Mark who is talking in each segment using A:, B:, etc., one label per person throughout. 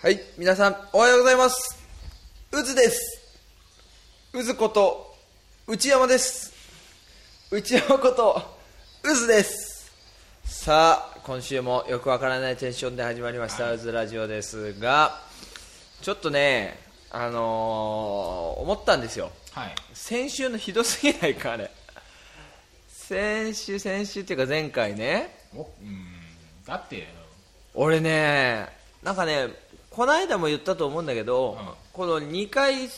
A: はい、皆さん、おはようございます。うずです。うずこと、内山です。内山こと、うずです。さあ、今週もよくわからないテンションで始まりました、うずラジオですが、ちょっとね、あのー思ったんですよ。
B: はい
A: 先週のひどすぎないか、あれ。先週、先週っていうか前回ね、
B: おうんだって
A: 俺ねなんかねこの間も言ったと思うんだけど、
B: うん
A: この2回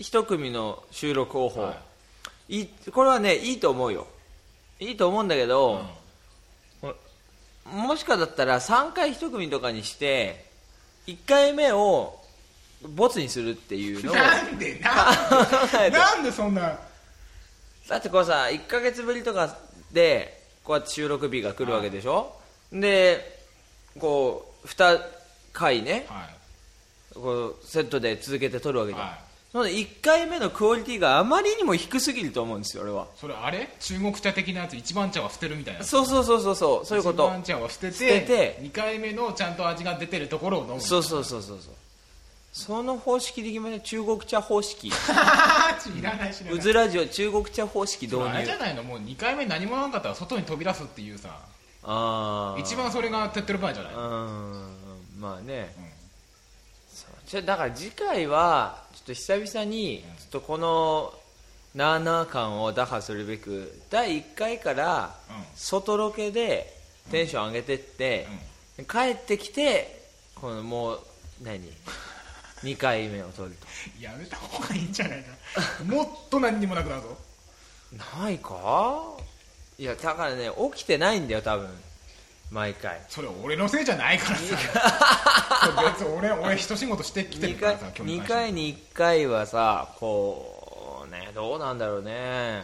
A: 1組の収録方法、、
B: はい
A: いこれはねいいと思うよいいと思うんだけ
B: う
A: ど、
B: ん
A: もしかだったら3回1組とかにして1回目をボツにするっていうの を考
B: な んでな
A: えて
B: なんでそんな
A: だってこうさ1ヶ月ぶりとかでこうやって収録日が来るわけでしょ、でこう2回ね、
B: は
A: こうセットで続けて撮るわけじゃん、
B: はい
A: その1回目のクオリティがあまりにも低すぎると思うんですよ俺は
B: それあれ中国茶的なやつ一番茶は捨てるみたいな
A: そうそうそうそうそうそういうこ
B: 一
A: と
B: 番茶は捨てて
A: 捨てて
B: 2回目のちゃんと味が出てるところを飲む
A: そうそうそうそうそうその方式で決めた中国茶方式
B: いらないしないう
A: ずラジオ中国茶方式導
B: あれじゃ
A: 入
B: ないのもう2回目何もなかったら外に飛び出すっていうさ
A: ああ
B: 一番それが手っ取り早いじゃないう
A: ーんまあね、
B: ん
A: そうちょだから次回はちょっと久々にちょっとこのなあなあ感を打破するべく第1回から
B: うん
A: 外ロケでテンション上げてって、帰ってきてこのもう何2回目を取る
B: やめた方がいいんじゃないかもっと何にもなくなるぞ
A: とないかいやだからね起きてないんだよ多分毎回
B: それ俺のせいじゃないからさそう 別に俺俺一仕事してきて
A: 2
B: るか
A: 回
B: らさ今日
A: 2回に1回はさこうねどうなんだろうね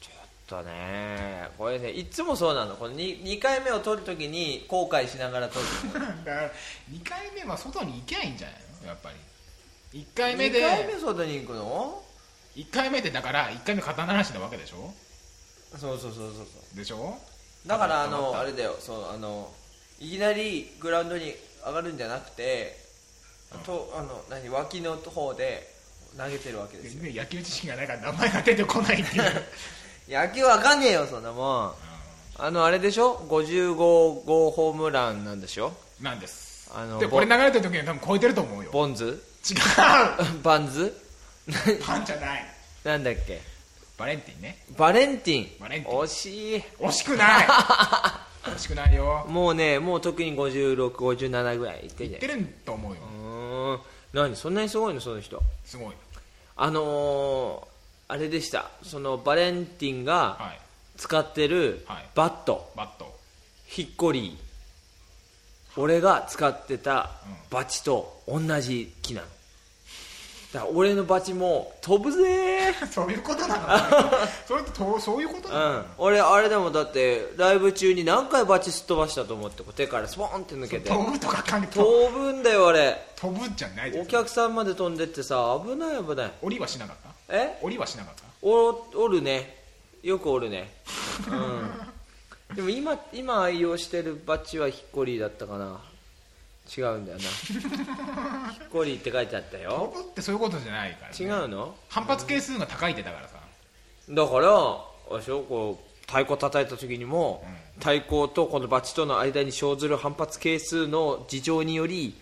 A: ちょっとねこれねいつもそうなのこの 2, 2回目を取るときに後悔しながら取る
B: だから2回目は外に行けばいいんじゃないのやっぱり1回目
A: 2
B: で
A: 回目外に行くの
B: 1回目でだから1回目刀なしなわけでしょ
A: そうそうそうそうそう
B: でしょ
A: だからあ
B: わかっ
A: の
B: た
A: あれだよそうあのいきなりグラウンドに上がるんじゃなくて、とあの何脇の方で投げてるわけです
B: 全
A: よ
B: 然野球知識がないから名前が出てこな いっていう
A: 野球わかんねえよそんなもんあのあれでしょ55号ホームランなんでしょ
B: なんです
A: あの
B: で
A: ボ
B: これ流れてる時には多分超えてると思うよ
A: ボンズ
B: 違う
A: バンズ
B: パンじゃない
A: なんだっけ
B: バレンティンね
A: バレンティン
B: バレンティン
A: 惜しい
B: 惜し くない惜しくないよ
A: もうねもう特に5657ぐらいいってんじ
B: 言
A: ゃ
B: っ
A: な
B: て
A: い
B: ると思うよ
A: うーん何そんなにすごいのその人
B: すごい
A: あのー、あれでしたそのバレンティンが
B: はい
A: 使ってる
B: はい
A: バット
B: バット
A: ヒッコリー俺が使ってた
B: うん
A: バチと同じ木なのだから俺のバチも飛ぶ ぜ
B: そういうことなの それってとそういうことな
A: ー、う
B: の
A: ん、俺あれでもだってライブ中に何回バチすっ飛ばしたと思ってこう手からスポーンって抜けて
B: 飛ぶとか関係と
A: 飛ぶんだよあれ
B: 飛ぶじゃないで
A: お
B: すよ
A: 客さんまで飛んでってさ危ない危ない
B: 降りはしなかった
A: え
B: 降りはしなかった
A: おおるねよくおるね、うん、でも今今愛用してるバッジはヒッコリーだったかな違うんだよなヒッコリーって書いてあったよ
B: 飛ぶってそういうことじゃないから、
A: 違うの
B: 反発係数が高いってだからさ
A: だからあれでしょこう太鼓叩いた時にも、太鼓とこのバッジとの間に生ずる反発係数の事情により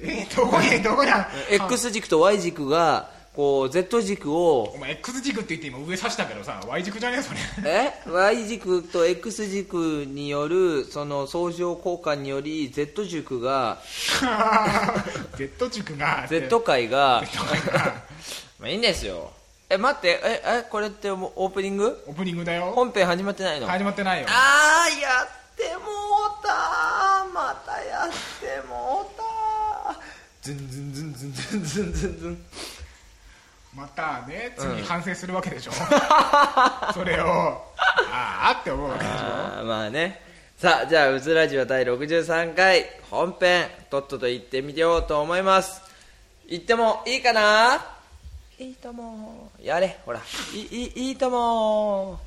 B: えどこにどこだ
A: X 軸と Y 軸がこう Z 軸を
B: お前 X 軸って言って今上指したけどさ Y 軸じゃねえそ れ
A: え Y 軸と X 軸によるその相乗効果により Z 軸が
B: Z 軸が
A: Z 界 が
B: Z が
A: まあいいんですよえ待ってええこれってもうオープニング
B: オープニングだよ
A: 本編始まってないの、
B: 始まってないよ
A: あーやってもうたーまたやってもうたーズンズンズンズンズンズンズンズン
B: またね次反省するわけ でしょ、それをああって思うわけでしょ
A: あーまあねさあじゃあ「うずラジオ」第63回本編とっとと行ってみようと思います行ってもいいかないいともやれほらいいいいとも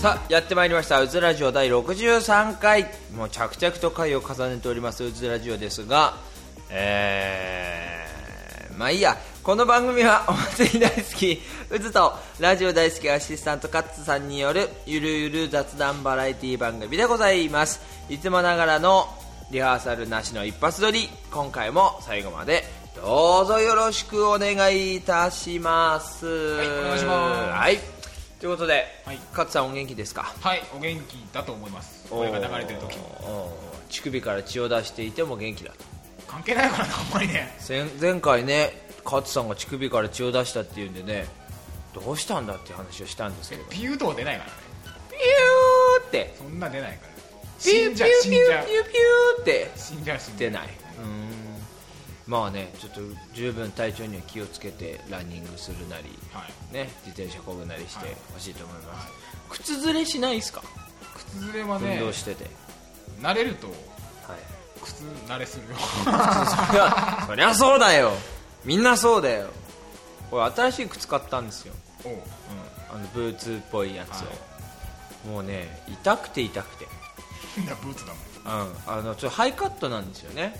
A: さあやってまいりました「うずラジオ」第63回もう着々と回を重ねております「うずラジオ」ですがえー、まあいいやこの番組はお祭り大好きうずとラジオ大好きアシスタントカッツさんによるゆるゆる雑談バラエティ番組でございますいつもながらのリハーサルなしの一発撮り今回も最後までどうぞよろしくお願いいたしますはい
B: お願いします
A: はいということで、
B: はい
A: 勝さんお元気ですか
B: はいお元気だと思いますこれが流れてる時
A: おー乳首から血を出していても元気だと
B: 関係ないからなあんまりね
A: 前前回ね勝さんが乳首から血を出したっていうんでねどうしたんだっていう話をしたんですけどピュ
B: ピューとは出ないからね
A: ーって
B: そんな出ないから
A: ピュ
B: 死
A: ー
B: ん
A: ピ
B: じ
A: ュ
B: ゃ
A: ー
B: う
A: ピュー
B: 死ん
A: ピュ
B: じゃ
A: ー
B: う
A: ピューって
B: 死んじゃう死んじ
A: 出
B: ゃう
A: ないまあねちょっと十分体調には気をつけてランニングするなり、
B: はい
A: ね、自転車こぐなりして
B: はい
A: ほしいと思います、靴ずれしないですか、
B: 靴ずれは
A: 運
B: ね
A: 動してて、
B: 慣れると
A: はい、
B: 靴慣れす るよ
A: そりゃ そりゃそうだよみんなそうだよこれ新しい靴買ったんですよ
B: おううん
A: あのブーツっぽいやつを、
B: は
A: もうね痛くて痛くて、
B: 変なブーツだもん
A: うん、あのちょっとハイカットなんですよね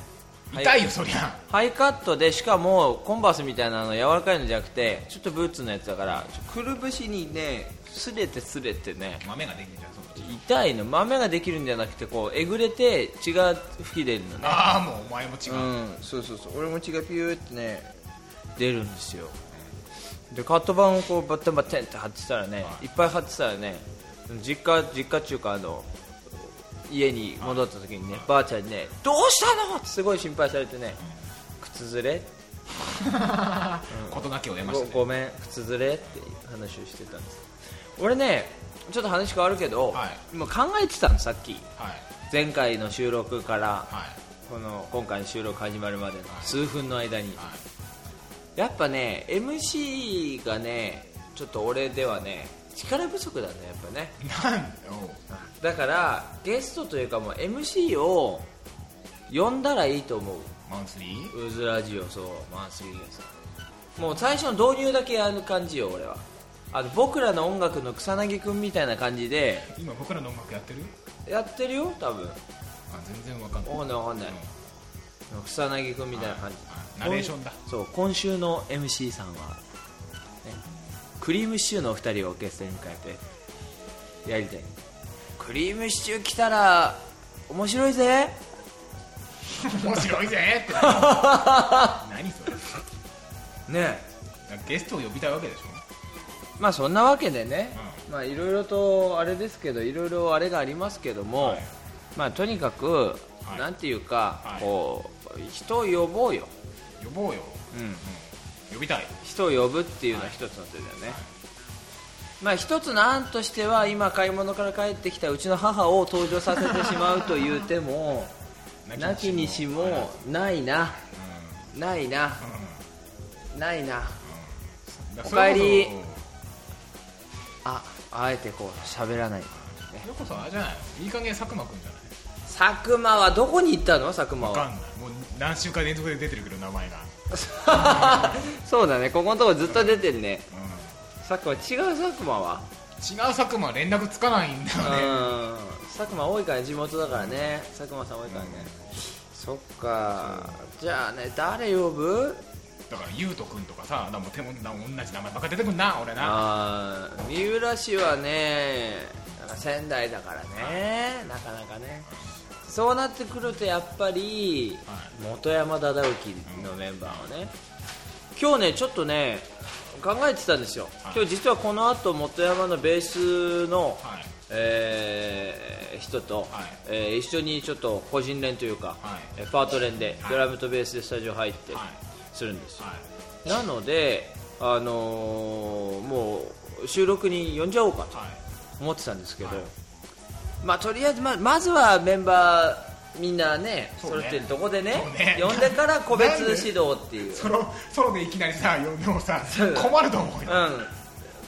B: 痛い
A: ハイ
B: よそりゃ
A: ハイカットでしかもコンバースみたいなの柔らかいのじゃなくてちょっとブーツのやつだからちょくるぶしにねすれてすれてね
B: 豆ができるじゃんそのうち
A: 痛いの豆ができるんじゃなくてこうえぐれて血が吹き出るのね
B: ああもうお前も 違う、
A: うんそうそうそう俺も血がピューってね出るんですよでカット板をこうバッテンバッテンって貼ってたらね、
B: はい
A: い、っぱい貼ってたらね実家実家中華の家に戻った時にね、ばあちゃんにね「どうしたの?」ってすごい心配されてね「靴ずれ
B: 事なきを得まし
A: ご
B: たね
A: ごめん靴ずれ」っていう話をしてたんです俺ねちょっと話変わるけど、
B: はい
A: 今考えてたのさっき
B: はい
A: 前回の収録から
B: はい
A: この今回の収録始まるまでの数分の間に、
B: はい
A: やっぱね MC がねちょっと俺ではね力不足だねやっぱね
B: なんおう
A: だからゲストというかもう MC を呼んだらいいと思う
B: マンスリー
A: うずラジオそうマンスリーゲストもう最初の導入だけやる感じよ俺はあの僕らの音楽の草薙君みたいな感じで
B: 今僕らの音楽やってる
A: やってるよ多分
B: あ全然わかんない
A: わかんないわかんない
B: うん
A: 草薙君みたいな感じ
B: はいはいナレーションだ
A: そう今週の MC さんは、ね、クリームシチューのお二人をオーケストラに迎えてやりたいクリームシチュー来たら面白 いぜ
B: 面白いぜって何それ
A: ね
B: ゲストを呼びたいわけでしょ
A: まあそんなわけでね、
B: う
A: まあいろいろとあれですけどいろいろあれがありますけども、
B: はい
A: まあとにかく、
B: はい
A: なんていうか、
B: はい
A: こう人を呼ぼうよ、
B: 呼ぼうよ、
A: うん
B: 呼びたい
A: 人を呼ぶっていうのは一つの手だよね、まあ一つの案としては今買い物から帰ってきたうちの母を登場させてしまうという手もなきにし
B: うんうん
A: もないなないな
B: う
A: ないなん
B: だ
A: お
B: か
A: からえ
B: そ
A: り
B: れこ
A: ああえてこう喋らない
B: そそれこそあれじゃないのいい加減佐久間君じゃない
A: 佐久間はどこに行ったの佐久間
B: わかん
A: は
B: ないもう何週間連続で出てるけど名前が、
A: そうだねここのとこずっと出てんね
B: うん、
A: 佐久間違う佐久間は
B: 違う佐久間連絡つかないんだ
A: う
B: よね
A: ん佐久間多いから地元だからね佐久間さん多いからね、そっかじゃあね誰呼ぶ
B: だから優斗君とかさだからもう手もな同じ名前ばっか出てくんな俺な
A: あー三浦市はねなんか仙台だからねなかなかねそうなってくるとやっぱり
B: はい
A: 元山忠之のメンバーをね今日ねちょっとね考えてたんですよ
B: はい
A: 今日実はこの後元山のベースの、
B: はい
A: えー人と、
B: はい
A: えー一緒にちょっと個人練というか、
B: はい
A: えーパート練で
B: はい
A: ドラムとベースでスタジオ入って
B: はい
A: するんですよ、
B: は
A: なので、あのーもう収録に呼んじゃおうか
B: いはい
A: と思ってたんですけど、
B: はい
A: まあ、とりあえずままずはメンバーみんなね
B: そう
A: 揃
B: ね
A: ってるとこでね
B: そうね
A: 呼んでから個別指導って いう、
B: ソロソロでいきなりさ呼んでもさ
A: そう
B: 困ると思う
A: うん
B: よ、、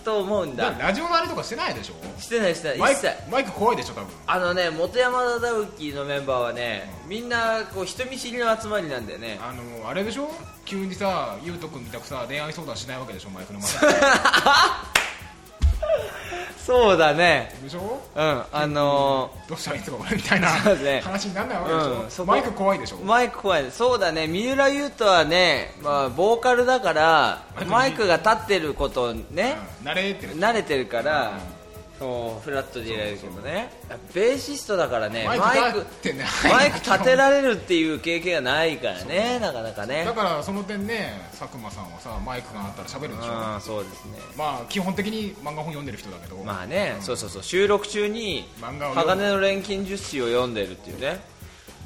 A: と思うん
B: だ
A: だ
B: ってラジオのあれとかしてないでしょ
A: してないしてな
B: マ
A: い
B: イ
A: 一
B: ク
A: 切
B: マイク怖いでしょ多分
A: あのね元山忠之のメンバーはねみんなこう人見知りの集まりなんだよね
B: あのあれでしょ急にさ 優斗君みたくさ恋愛相談しないわけでしょマイクの前で
A: そうだね
B: でしょ
A: うんあの
B: どうしたらいいのかみたいな
A: そうですね
B: 話にならないわけ
A: うん
B: でし
A: そ
B: ょ
A: こ
B: マイク怖いでしょ
A: ーマイク怖いそうだね三浦優斗はね、まあ、ボーカルだからマイクが立ってることね
B: うん慣れてる
A: 慣れてるからそうフラットでいられるけどねベーシストだからね
B: マ
A: マ
B: イ
A: イ
B: ク立っ
A: ク
B: てね
A: マイク立てられるっていう経験がないからねなかなかね
B: だからその点ね佐久間さんはさマイクがあったら喋るんでしょ
A: うんそうですね
B: まあ基本的に漫画本読んでる人だけど
A: まあね、そうそうそう収録中に「
B: 漫画を読む
A: 鋼の錬金術師」を読んでるっていうね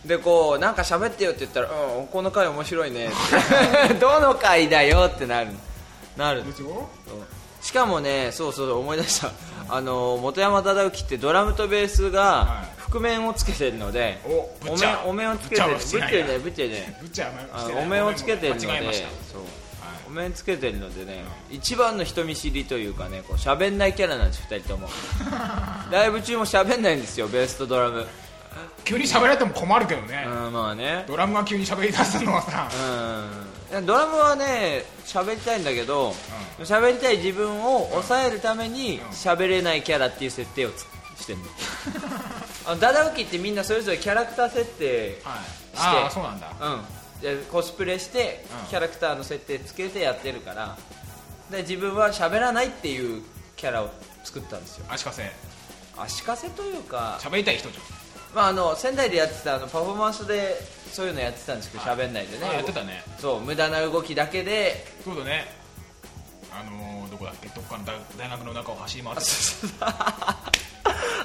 A: でこうなんか喋ってよって言ったら「うんこの回面白いね」 ってどの回だよ」ってなるなる
B: でしょ
A: しかもねそうそう思い出したあの元山忠之ってドラムとベースが
B: はい
A: 覆面をつけてるので、
B: おぶっちゃ
A: お面お面をつけてる
B: ぶ
A: ぶ
B: っ
A: っ
B: ちゃ
A: て
B: はしてない
A: るねぶってるね
B: ぶっちゃあ
A: あ
B: して
A: の
B: ない
A: お面をつけてるので
B: 間違えました
A: そう
B: はい
A: お面つけてるのでね、一番の人見知りというかねこう喋んないキャラなんです2人ともライブ中も喋んないんですよベースとドラム
B: 急に喋られても困るけどね
A: うんまあね
B: ドラムが急に喋り出すのはさ
A: うんドラムはね喋りたいんだけど喋、りたい自分を抑えるために喋れないキャラっていう設定をつしてるのあのダダウキってみんなそれぞれキャラクター設定
B: はい
A: して
B: ああそうなんだ
A: うん、でコスプレして
B: うん
A: キャラクターの設定つけてやってるからで自分は喋らないっていうキャラを作ったんですよ
B: 足かせ
A: 足かせというか、
B: 喋りたい人じ
A: まあ、あの仙台でやってたあのパフォーマンスでそういうのやってたんですけど喋んないで
B: ゃ
A: ね
B: んあやってたね
A: そう無駄な動きだけで
B: そうだねあのーどこだっけどっかの大大学の中を走り回ってた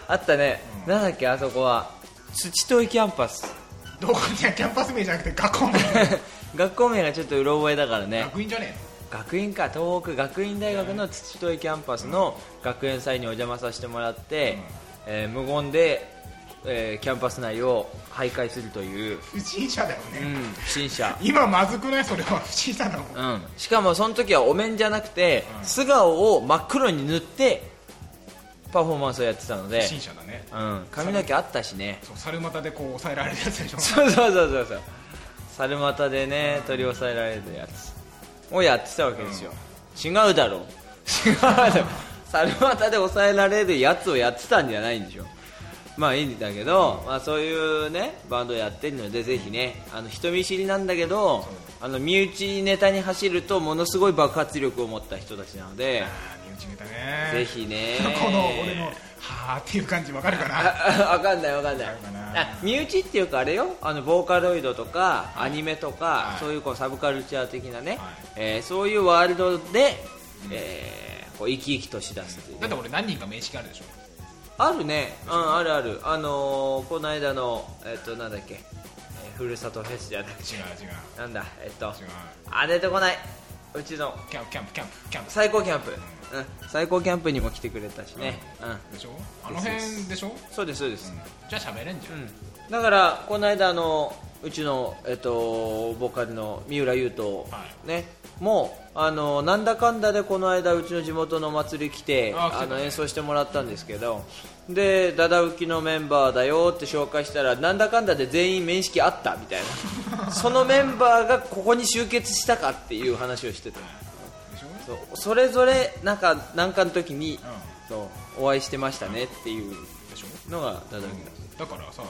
A: あったね、
B: うん
A: なんだっけあそこは土遠いキャンパス
B: どこにキャンパス名じゃなくて学校名
A: 学校名がちょっとうろ覚えだからね
B: 学院じゃね
A: 学院か東北学院大学の土問キャンパスの学園祭にお邪魔させてもらって、えー無言で、えーキャンパス内を徘徊するという、
B: え不審者だよ
A: う
B: ね
A: ん、不審者、
B: 今まずくないそれは不審者だもん
A: うん、しかもその時はお面じゃなくて、
B: うん
A: 素顔を真っ黒に塗ってパフォーマンスをやってたので
B: 不、審者だね
A: うん、髪の毛あったしね
B: そう猿股でこう抑えられるやつでしょ
A: そうそうそうそうそう猿股でね取り押さえられるやつをやってたわけですよ、違うだろう違うだろう猿股で抑えられるやつをやってたんじゃないんでしょまあいいんだけど、まあ、そういうねバンドやってるのでぜひねあの人見知りなんだけどあの身内ネタに走るとものすごい爆発力を持った人たちなので
B: あー身内ネタね
A: ぜひね
B: この俺のはーっていう感じわかるか な
A: ああわかんないわかんない
B: わかんない
A: あ身内っていうかあれよあのボーカロイドとかアニメとか、
B: い
A: そういうこうサブカルチャー的なね、
B: はい
A: えーそういうワールドで、えーこう生き生きとしだすっていう
B: だって俺何人か面識あるでしょ
A: あるねうんあるあるあのーこの間のえっ、となんだっけ、えーふるさとフェスじゃなくて
B: 違う違う
A: なんだえっ、と
B: 違う
A: あ出てこないうちの
B: キャンプキャンプキャンプキャンプ
A: 最高キャンプ、うん、最高キャンプにも来てくれたしね、うん、
B: でしょあの辺でしょ、うん、
A: そうですそうです、
B: じゃあ喋れんじゃん、
A: うん、だからこの間あのうちの、えっと、ボーカルの三浦優斗、
B: は
A: ねもうあのなんだかんだでこの間うちの地元の祭り来て
B: あ
A: あ
B: 来てたね
A: の演奏してもらったんですけどでダダウキのメンバーだよって紹介したらなんだかんだで全員面識あったみたい なそのメンバーがここに集結したかっていう話をしてた
B: でしょ
A: そうそれぞれなんかなんかの時に、
B: ん
A: そうお会いしてましたねっていう
B: でしょ、
A: のがダダウキだ
B: うん、だからさ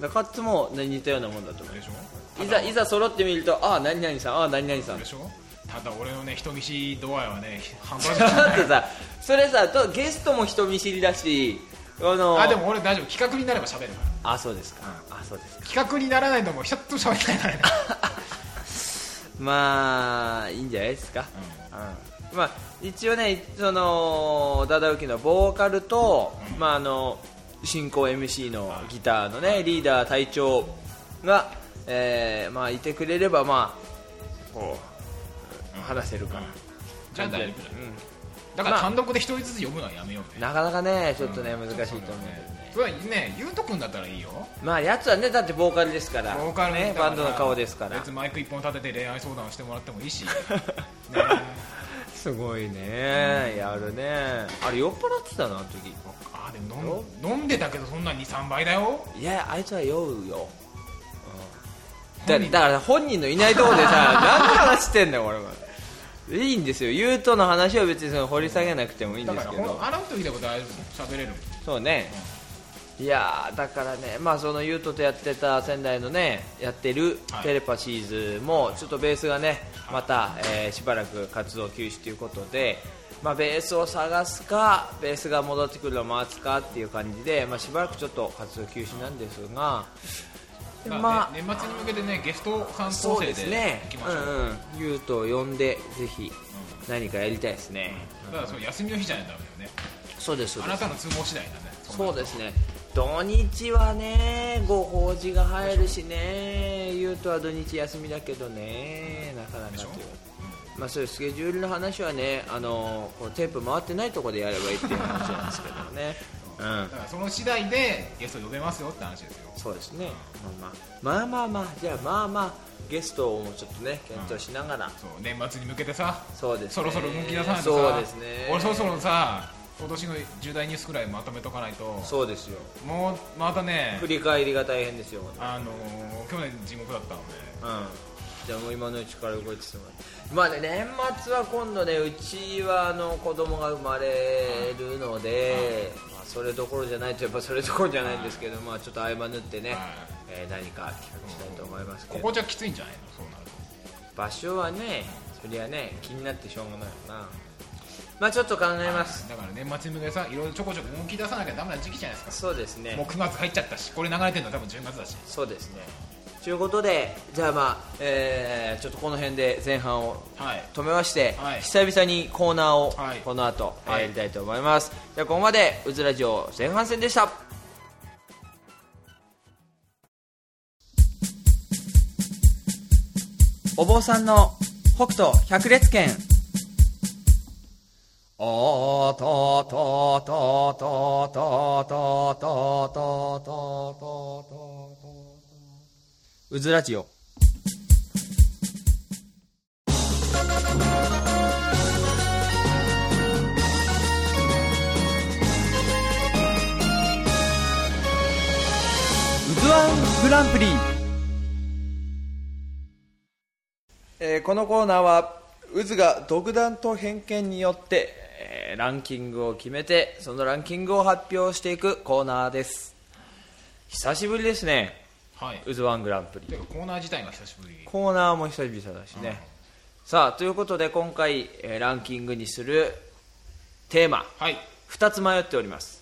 A: だからカッツも、ね、似たようなもんだと思う
B: でしょ
A: いざいざ揃ってみるとああ何々さんああ何々 さん
B: で
A: だ
B: しょただ俺のね人見知り度合い はね半端じゃない
A: ってさ それさとゲストも人見知りだしあの
B: あでも俺大丈夫企画になれば喋るから
A: あそうですか、あそうですか
B: 企画にならないのもひょっと喋りたいからね
A: まあいいんじゃないですか、うんまあ一応ねそのダダウキのボーカルと、まああの進行 MC のギターのねリーダー隊長が、えーまあいてくれればまあこう話せるかな、
B: じゃあ大丈夫だ,、
A: うん
B: だから
A: まあ
B: 単独で一人ずつ呼ぶのはやめようね
A: なかなかねちょっとね、難しいと思うけどね
B: ねそれはねゆうとくんだったらいいよ
A: まあやつはねだってボーカルですから
B: ボーカル
A: ねバンドの顔ですから
B: 別にマイク一本立てて恋愛相談をしてもらってもい いしね
A: すごいね、やるねあれ酔っ払ってたなあの時
B: あーでも飲ん飲んでたけどそんな23倍だよ
A: いやあいつは酔うよ、うん、だ
B: 本人
A: だから本人のいないとこでさ何の話してんだよ俺はいいんですよ言うとの話は別にその掘り下げなくてもいいん
B: だ
A: で
B: か
A: す
B: ら
A: け
B: ほ
A: ど
B: んあの時でも大丈夫喋れるもん
A: そうねいやーだからねまあそのゆうととやってた仙台のねやってる
B: はい
A: テレパシーズもちょっとベースがねまた、えーしばらく活動休止ということでまあベースを探すかベースが戻ってくるのを待つかっていう感じでまあしばらくちょっと活動休止なんですが
B: まあ
A: まあ
B: ね年末に向けてねゲストさん
A: そ
B: 構
A: う
B: 成
A: です
B: で
A: ね
B: いきましょ
A: う
B: う
A: んうんゆうとを呼んでぜひ何かやりたいですね、
B: だからその休みの日じゃないとダメだよね
A: そうですそう
B: あ
A: で
B: な
A: す
B: たの都合次第だね
A: そうですね土日はねご法事が入るしねゆうとは土日休みだけどねなかなかという
B: でしょ
A: まあそういうスケジュールの話はねあのこうテープ回ってないところでやればいいっていう話なんですけどねうん
B: だからその次第でゲスト呼べますよって話ですよ
A: そうですね、まあまあ、まあまあまあじゃあまあまあゲストをもうちょっとね検討しながら、
B: そう年末に向けてさ
A: そうですね
B: そろそろ動き出さないとさ
A: そうですね
B: 俺そろそろさ今年の重大ニュースくらいまとめとかないと
A: そうですよ
B: もうまたね
A: 振り返りが大変ですよ、うん、じゃ
B: あのー去年地獄だったので
A: あもう今のうちから動いててもらってまあね年末は今度ねうちはあの子供が生まれるので、まあ、それどころじゃないといえばそれどころじゃないんですけど、まあ、ちょっと合間縫ってね、
B: はい
A: えー何か企画したいと思いますけ
B: こ
A: ど
B: こじゃきついんじゃないのそうなると
A: 場所はねそりゃね気になってしょうがないよなまあちょっと考えます、
B: だから年末に向けてさいろいろちょこちょこ動き出さなきゃダメな時期じゃないですか
A: そうですね
B: もう9月入っちゃったしこれ流れてるの多分10月だし
A: そうですねということでじゃあまあ、えーちょっとこの辺で前半を
B: はい
A: 止めまして、
B: はい
A: 久々にコーナーを
B: はい
A: この後、えー
B: はい
A: やりたいと思います、じゃあここまで「うずラジオ」前半戦でしたお坊さんの北斗百裂拳おーとーとーとーとーとーとーとーとーとーとーとーとーうずラジオうずわんグランプリ、えーこのコーナーは渦が独断と偏見によって、えーランキングを決めてそのランキングを発表していくコーナーです久しぶりですね
B: はい
A: 渦ワングランプ
B: て
A: リ
B: かコーナー自体が久しぶり
A: コーナーも久々だしね、さあということで今回、えーランキングにするテーマ
B: はい
A: 2つ迷っております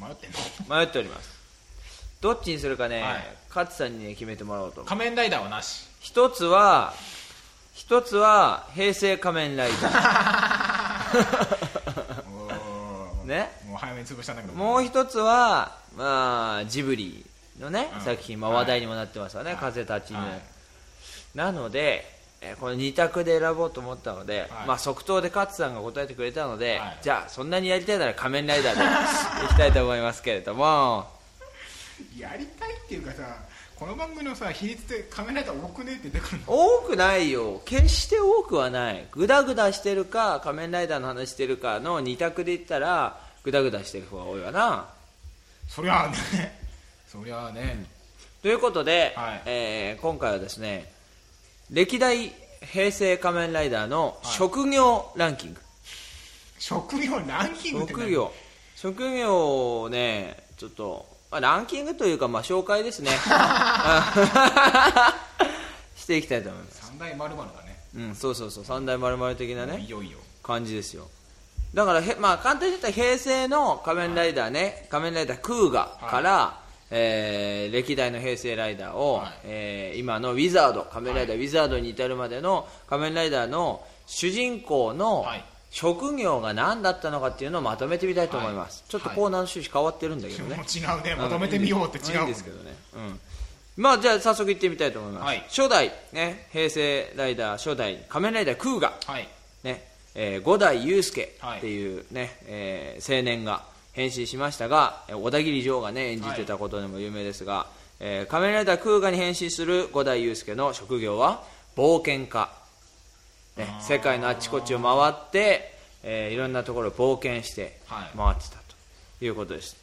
B: 迷ってんの
A: 迷っておりますどっちにするかね、
B: はい
A: 勝さんに、ね、決めてもらおうと
B: 仮面ライダーはな し
A: 一つは一つは平成仮面ライダ
B: おー
A: ーね
B: もう早めに潰したん だけど
A: もう
B: 一
A: 一つはまあジブリのね、
B: うん
A: 作品、まあ、話題にもなってますわね、
B: はい
A: 風立ちぬ、
B: はい
A: なのでえーこの2択で選ぼうと思ったので、
B: はい
A: まあ、即答で勝さんが答えてくれたので、
B: はい
A: じゃあそんなにやりたいなら仮面ライダーで いきたいと思いますけれども
B: やりたいっていうかさこの番組のさ比率で仮面ライダー多くねって出てくるの
A: 多くないよ決して多くはないグダグダしてるか仮面ライダーの話してるかの2択で言ったらグダグダしてる方が多いわな
B: そりゃあねそりゃあね、
A: ということで、
B: はい
A: えー今回はですね歴代平成仮面ライダーの職業ランキング、
B: 職業ランキングって何
A: 職業職業をねちょっと、まあ、ランキングというか、まあ、紹介です ね していきたいと思います、
B: 三大丸々だね
A: うん、そうそうそう三大丸々的なね
B: いよいよ
A: 感じですよだからへ、まあ、簡単に言ったら平成の仮面ライダーね、仮面ライダークーガから、えー歴代の平成ライダーを、
B: はい
A: えー今のウィザード仮面ライダー、ウィザードに至るまでの仮面ライダーの主人公の
B: はい
A: 職業が何だったのかっていうのをまとめてみたいと思います、
B: はい
A: ちょっとコーナーの趣旨変わってるんだけどね、
B: もう違うねまとめてみようって違う
A: いい
B: も
A: ん
B: ん
A: ですけどね、うん、まあじゃあ早速いってみたいと思います、
B: はい
A: 初代、ね、平成ライダー初代仮面ライダークーガ、
B: はい
A: ねえー、五代祐介っていう、ねえー青年が変身しましたがえー小田切城が、ね、演じてたことでも有名ですが、えー仮面ライダークーガに変身する五代祐介の職業は冒険家、ね、世界のあちこちを回って、えーいろんなところを冒険して
B: は
A: 回
B: い
A: ってたということです、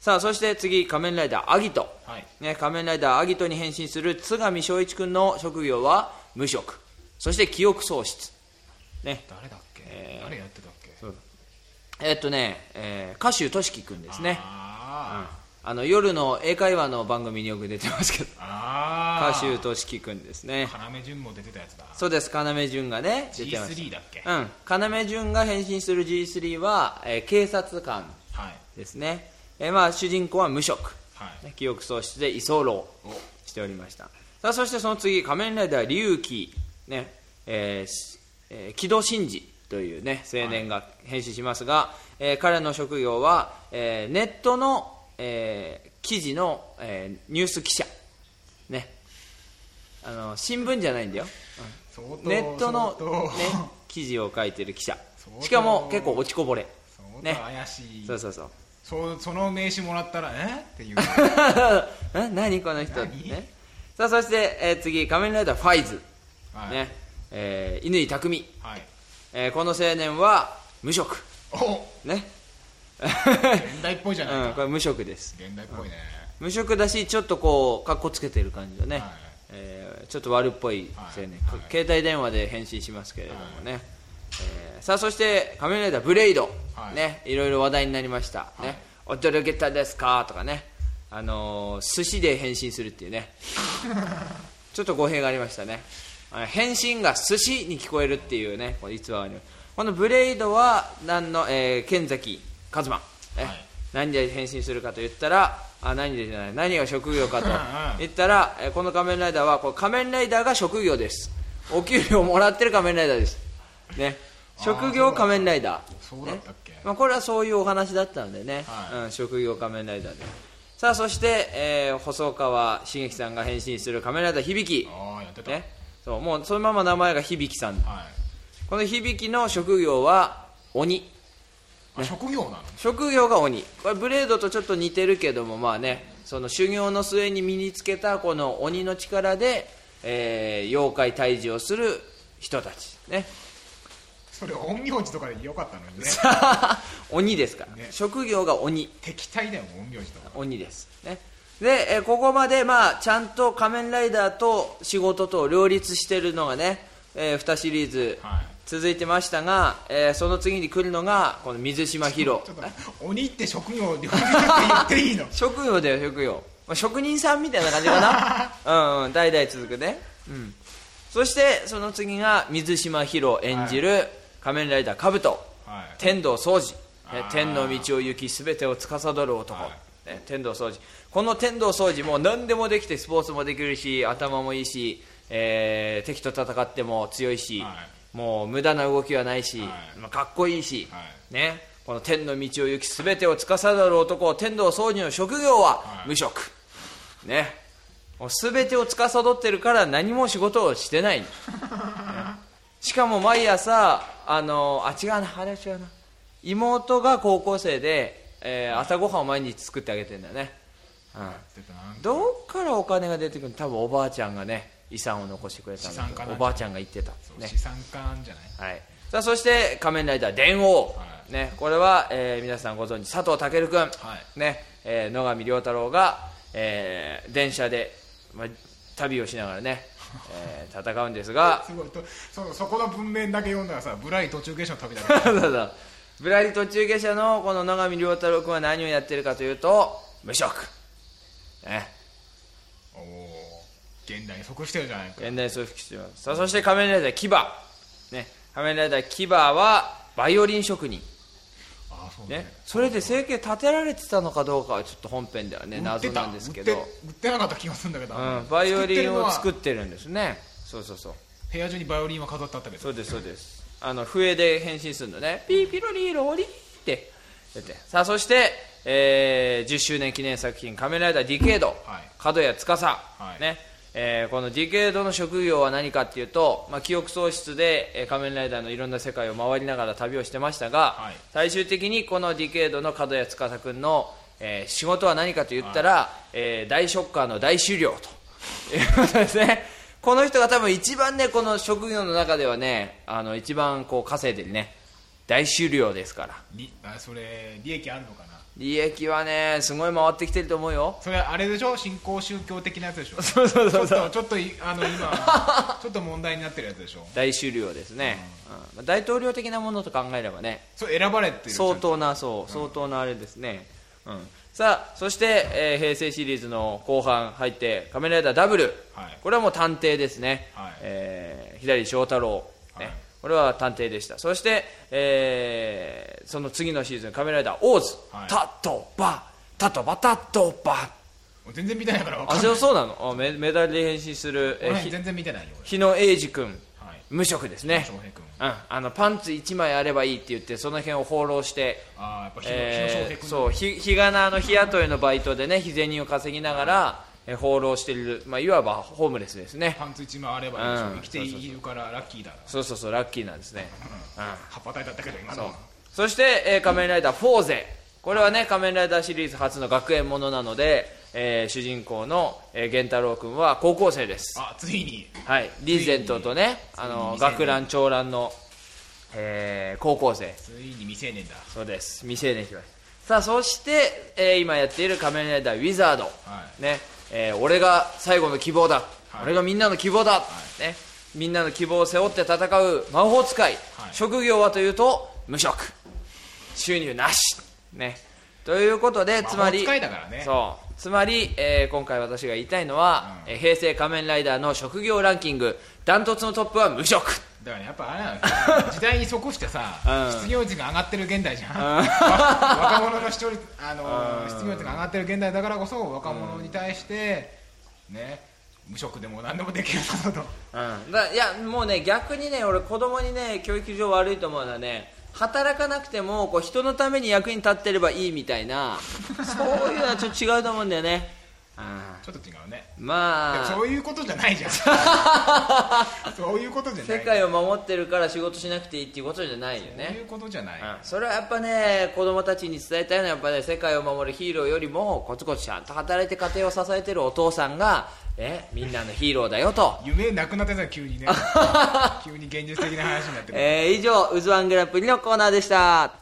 A: さあそして次仮面ライダーアギト、
B: はい
A: ね、仮面ライダーアギトに変身する津上正一君の職業は無職そして記憶喪失ね
B: 誰だっけ、
A: えー
B: 誰やってたっけ
A: そうえっとね、えー歌手としきくんですね
B: あ
A: あの夜の英会話の番組によく出てますけど
B: ーあ
A: 歌手
B: 手
A: としきくんですね
B: 要潤も出てたやつだ
A: そうです要潤がね出てまし
B: G3 だっけ、
A: たうん要潤が変身する G3 は、えー警察官
B: はい
A: ですね、えーまあ、主人公は無職、
B: はい
A: ね、記憶喪失で居候しておりましたさあそしてその次仮面ライダー龍騎ねえーしえー木戸真治というね青年が変身しますが、えー彼の職業は、えーネットの、えー記事の、えーニュース記者ねあの新聞じゃないんだよ
B: 相当
A: ネットの、
B: 相当
A: ね、記事を書いてる記者
B: 相当
A: しかも結構落ちこぼれ
B: 相当
A: ね
B: 怪しい、
A: そうそうそう
B: そうその名刺もらったらえっていう
A: え何この人
B: 何
A: ねさあそして、えー次仮面ライダーファイズ、
B: はい
A: ねえー乾匠、
B: はい
A: えーこの青年は無職
B: お
A: ね
B: 現代っぽいじゃない か、
A: うん、これ無職です
B: 現代っぽいね、
A: 無職だしちょっとこうかっこつけてる感じのね、
B: はい
A: えーちょっと悪っぽい青年、
B: はいはい
A: 携帯電話で返信しますけれどもね、えーさあそして仮面ライダーブレイド、
B: はい
A: ねいろいろ話題になりました、ね驚けたですかとかねあのー寿司で変身するっていうねちょっと語弊がありましたねあの変身が寿司に聞こえるっていうねこの逸話がありますこのブレイドは何の、えー、剣崎一馬、ね
B: はい
A: 何で変身するかと言ったらあ何でじゃない何が職業かと
B: うん
A: 言ったら、えーこの仮面ライダーはこう仮面ライダーが職業ですお給料もらってる仮面ライダーですね
B: あー
A: 職業仮面ライダー
B: そうだったっけ
A: ねまあ、これはそういうお話だったのでね、
B: はい
A: うん、職業仮面ライダーでさあそして、えー細川茂樹さんが変身する仮面ライダー響
B: ああやってた、
A: ねそうもうそのまま名前が響さん
B: はい
A: この響の職業は鬼
B: あ職業なの
A: 職業が鬼これブレードとちょっと似てるけどもまあねその修行の末に身につけたこの鬼の力で、えー妖怪退治をする人たちね
B: それ陰陽師とかでよかったのにね
A: 鬼ですから、
B: ね
A: 職業が鬼
B: 敵対だよもう陰陽師とか
A: 鬼ですねで、えーここまで、まあ、ちゃんと仮面ライダーと仕事と両立してるのがね、え2シリーズ
B: はい
A: 続いてましたが、えーその次に来るのがこの水島ヒロ
B: ちょっと待って鬼って職業で言っていいの
A: 職業だよ職業、まあ、職人さんみたいな感じかなうん、うん、代々続くね、うん、そしてその次が水島ヒロ演じる仮面ライダーカブト、
B: はい
A: 天道総司ね
B: あー
A: 天の道を行き全てを司る男、
B: は
A: ね天道総司この天道総司もう何でもできてスポーツもできるし頭もいいし、えー敵と戦っても強いし、
B: は
A: もう無駄な動きはないし、
B: はい
A: まあかっこいいし、
B: は
A: ね、この天の道を行き全てを司る男天道総司の職業は
B: はい
A: 無職、ねもう全てを司ってるから何も仕事をして ない、ねしかも毎朝あのあ違うなあれは違うな妹が高校生で、えー朝ごはんを毎日作ってあげてんだよね、う
B: ちょっとなん
A: ん、
B: か
A: どっからお金が出てくるの多分おばあちゃんがね遺産を残してくれたんだ
B: 資産
A: け
B: 家
A: ど
B: だ
A: おばあちゃんが言ってた
B: そう
A: ね
B: 資産家なんじゃない
A: はい、さあそして仮面ライダー電王、
B: はい
A: ね、これは、えー皆さんご存知佐藤健君、
B: い
A: ねえー野上良太郎が、えー電車で、まあ、旅をしながらね、 えー戦うんですが
B: すごいとそのそこの文面だけ読んだらさぶらり途中下車の旅だ から
A: そうそうぶらり途中下車のこの野上良太郎君は何をやってるかというと無職、ね、
B: おお現代に即してるじゃないか
A: 現代装復していますさあそして仮面ライダー牙、ね、仮面ライダー牙はバイオリン職人
B: ああそうだね
A: ね、それで生計立てられてたのかどうかはちょっと本編ではね
B: 売って
A: 謎
B: た
A: なんですけど
B: 売って売ってなかった気がするんだけど、
A: うん、バイオリンを作
B: っ
A: って
B: る
A: てるんですねそうそうそう
B: のは部屋中にバイオリンは飾ってあったけど
A: そうですそうですあの笛で変身するのねピーピロリーローリーってやってさあそして、えー10周年記念作品「仮面ライダーディケード」
B: はい
A: 角谷司、
B: い
A: ねえーこのディケードの職業は何かっていうと、まあ、記憶喪失でえー仮面ライダーのいろんな世界を回りながら旅をしてましたが、
B: はい
A: 最終的にこのディケードの角谷司君の、えー仕事は何かと言ったら、えー大ショッカーの大狩猟ということですねこの人が多分一番ねこの職業の中ではねあの一番こう稼いでるね大狩猟ですから
B: りあそれ利益あるのかな
A: 利益はねすごい回ってきてると思うよ
B: それあれでしょ新興宗教的なやつでしょ
A: そうそうそう
B: ち
A: そ
B: ょ
A: う
B: っとちょっといあの 今ちょっと問題になってるやつでしょ
A: 大主領ですね、うんまあ大統領的なものと考えればね
B: それ選ばれてる
A: 相当なそう相当なあれですね、うんさあそして、えー平成シリーズの後半入って「仮面ライダーダブル、
B: はい
A: これはもう探偵ですね、
B: はい
A: えー左翔太郎、ね
B: はい
A: これは探偵でしたそして、えーその次のシーズン「仮面ライダーオーズ」
B: はい
A: タトバタトバタトバ」
B: もう全然見てないから分か
A: あ
B: ん
A: そ
B: な
A: う
B: い
A: そうなのあメメダルで変身する、えー
B: 俺
A: ひ
B: 全然見てないよ
A: 日野英二君
B: 俺はい
A: 無職ですね
B: 翔平君
A: うん、あのパンツ1枚あればいいって言ってその辺を放浪して
B: ああやっぱ日野日野翔
A: え
B: 平
A: ー
B: 君
A: そうひ日がなの日雇いのバイトでね日銭を稼ぎながら、えー放浪している、まあ、いわばホームレスですね
B: パンツ一枚あればいいでしょ
A: うん
B: 生きているからラッキーだな
A: そうそうそうラッキーなんですね
B: 葉っぱ隊だったけど今
A: そう
B: の
A: そして、えー仮面ライダーフォーゼこれはね仮面ライダーシリーズ初の学園ものなので、えー主人公の、えー、源太郎君は高校生です
B: あついに
A: はいリーゼントとね
B: ついに
A: あの
B: 2000年
A: 学ラン長ランの、えー高校生
B: ついに未成年だ
A: そうです未成年来ましたさあそして、えー今やっている仮面ライダーウィザード、
B: い
A: ねえー俺が最後の希望だ、
B: はい
A: 俺がみんなの希望だ、
B: い
A: ね、みんなの希望を背負って戦う魔法使い、職業はというと無職収入なし、ね、ということでつまり
B: 魔法使いだからね
A: そうつまり、えー今回私が言いたいのは、
B: うん
A: えー平成仮面ライダーの職業ランキングダントツのトップは無職
B: だからねやっぱあれなんですよ時代に即してさ、
A: うん
B: 失業率が上がってる現代じゃん、わ若者の視聴率、あのー失業率が上がってる現代だからこそ若者に対して、ね無職でも何でもできるぞと
A: うん、だいやもうね逆にね俺子供にね教育上悪いと思うのはね働かなくてもこう人のために役に立ってればいいみたい なそういうのはちょっと違うと思うんだよね、
B: ちょっと違うね
A: うん、まあ
B: そういうことじゃないじゃん そういうことじゃない
A: 世界を守ってるから仕事しなくていいっていうことじゃないよ
B: そうい
A: ね
B: うことじゃない、
A: うんそれはやっぱね子供たちに伝えたいのはやっぱね世界を守るヒーローよりもコツコツちゃんと働いて家庭を支えてるお父さんがえみんなのヒーローだよと
B: 夢なくなってたよ 急にね急に現実的な話になってくる
A: えー以上「うずワングランプリ」のコーナーでした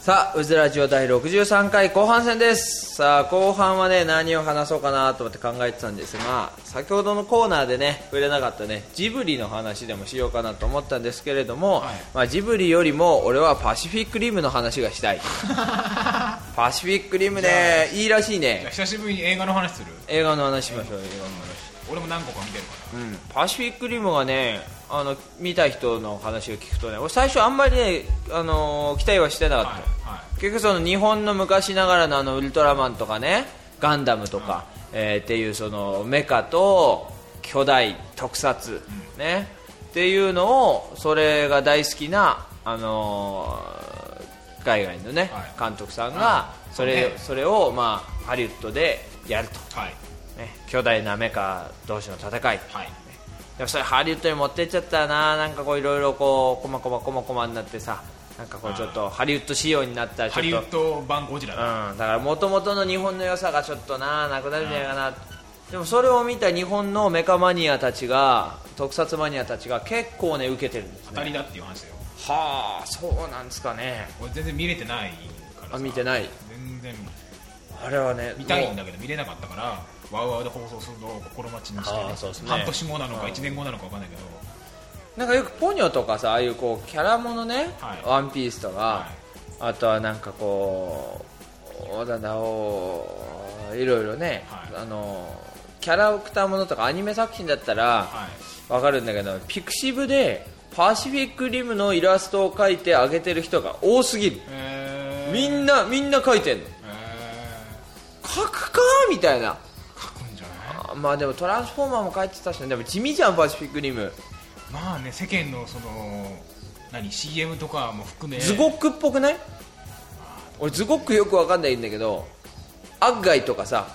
A: さあ「うずラジオ」第63回後半戦ですさあ後半はね何を話そうかなと思って考えてたんですが先ほどのコーナーでね触れなかったねジブリの話でもしようかなと思ったんですけれども、
B: はい
A: まあ、ジブリよりも俺はパシフィックリムの話がしたいパシフィックリムねいいらしい
B: じゃあ
A: ね
B: 久しぶりに映画の話する
A: 映画の話しましょう映画の話
B: 俺も何個か見てるか
A: うんパシフィックリムはねあの見た人の話を聞くとね俺最初あんまりね、あのー期待はしてな
B: ら
A: か
B: は
A: っ
B: い
A: た、
B: はい
A: 結局その日本の昔ながらのあのウルトラマンとかねガンダムとか、えーっていうそのメカと巨大特撮、ねっていうのをそれが大好きな、あのー海外のね、
B: はい
A: 監督さんがそれ,、
B: ね
A: それを、まあ、ハリウッドでやると、
B: はい
A: ね、巨大なメカ同士の戦い
B: はい
A: でもそれハリウッドに持ってっちゃったらななんかこういろいろこうこまこまこまこまになってさなんかこうちょっとハリウッド仕様になったらち
B: ハ
A: ょっ
B: リウ
A: と
B: ッド版ゴジラだ、
A: うん、だから元々の日本の良さがちょっとななくなるんじゃないかな、でもそれを見た日本のメカマニアたちが特撮マニアたちが結構ね受けてるんです
B: 当た
A: ね
B: りだっていう話だよ
A: はあそうなんですかね
B: 俺全然見れてないからさ
A: あ見てない
B: 全然
A: あれはね
B: 見たいん
A: も
B: だけど見れなかったからワウワウで放送するのを心待ちにして、
A: あーそうですね
B: 半年後なのか1年後なのか分かんないけど
A: うなんかよくポニョとかさああいうこうキャラものね、
B: はい
A: ワンピースとか、
B: は
A: あとはなんかこうおだだおいろいろね、
B: はい
A: あのキャラクターものとかアニメ作品だったら
B: はい
A: わかるんだけど、ピクシブでパシフィックリムのイラストを描いてあげてる人が多すぎる、
B: えー、
A: みんなみんな描いてんの
B: え
A: 描くかみたいな
B: ー、書くんじゃない
A: あまあでもトランスフォーマーも描いてたしねでも地味じゃんパシフィックリム
B: まあね世間のその何 CM とかも含め
A: ズゴックっぽくない俺ズゴックよくわかんないんだけどアッガイとかさ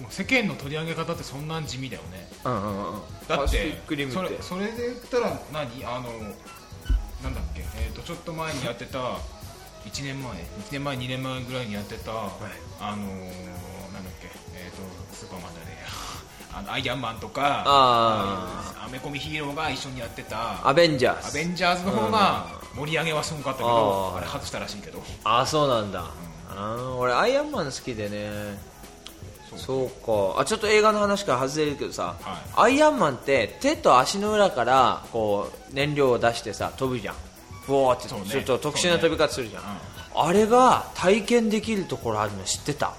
B: もう世間の取り上げ方ってそんなん地味だよね
A: うんうんうん
B: だ
A: パ
B: っ
A: シフ
B: て
A: ィックリム
B: そ
A: って
B: れそれで言ったら何あのなんだっけ、えー、とちょっと前にやってた1年前1年前2年前ぐらいにやってた、あのーなんだっけえっ、とスーパーマンじゃねえや あのアイアンマンとか
A: あ
B: アメコミヒーローが一緒にやってた
A: アベンジャー
B: ア
A: ズ
B: ベンジャーズの方が盛り上げはすごかったけ
A: あ
B: ど
A: ー
B: あれ外したらしいけど
A: ああそうなんだ、あー俺アイアンマン好きでねそうかあちょっと映画の話から外れるけどさ、アイアンマンって手と足の裏からこう燃料を出してさ飛ぶじゃんブワーって
B: そうね
A: ちょっと特殊な
B: そう
A: 飛び
B: ね
A: 方するじゃん、あれが体験できるところあるの知ってた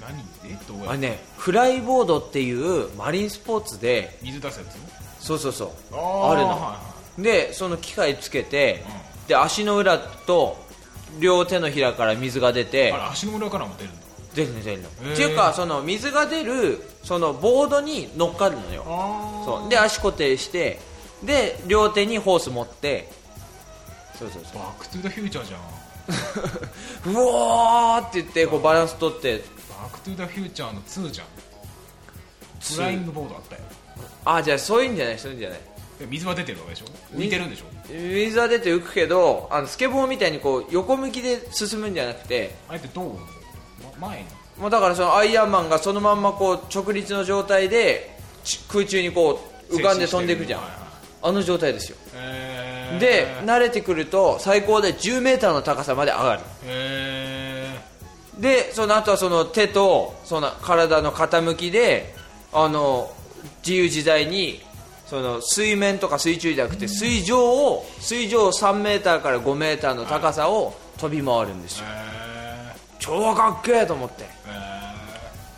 B: 何えどう
A: あれ
B: やって
A: ねフライボードっていうマリンスポーツで
B: 水出すやつ
A: そうそうそう
B: あ
A: あ
B: ー
A: るの、
B: はいは
A: でその機械つけて、で足の裏と両手のひらから水が出て
B: あれ足の裏からも出るんだ
A: 出るの出るのっ
B: へー
A: ていうかその水が出るそのボードに乗っかるのよ
B: あ
A: そうで足固定してで両手にホース持ってそう そう
B: バック・トゥ・ザ・フューチャーじゃん
A: そううおーって言ってこうバランス取って
B: バック・トゥ・ザ・フューチャーの2じゃんフライングボードあったよ
A: あじゃあそういうんじゃないそういうんじゃない
B: で水は出てるわけでしょ浮いてるんでしょ
A: 水は出て浮くけどあのスケボーみたいにこう横向きで進むんじゃなくて
B: あえてどう、ま、前に
A: もうだからそのアイアンマンがそのまんまこう直立の状態でち空中にこう浮かんで飛んでいくじゃん
B: はいはい
A: あの状態ですよ
B: えー
A: で慣れてくると最高で 10m の高さまで上がる
B: え
A: でその後はその手とその体の傾きであの自由自在にその水面とか水中じゃなくて水上を水上 3m から 5m の高さを飛び回るんです
B: ー
A: よ
B: え
A: 超かっけえと思って
B: ーえ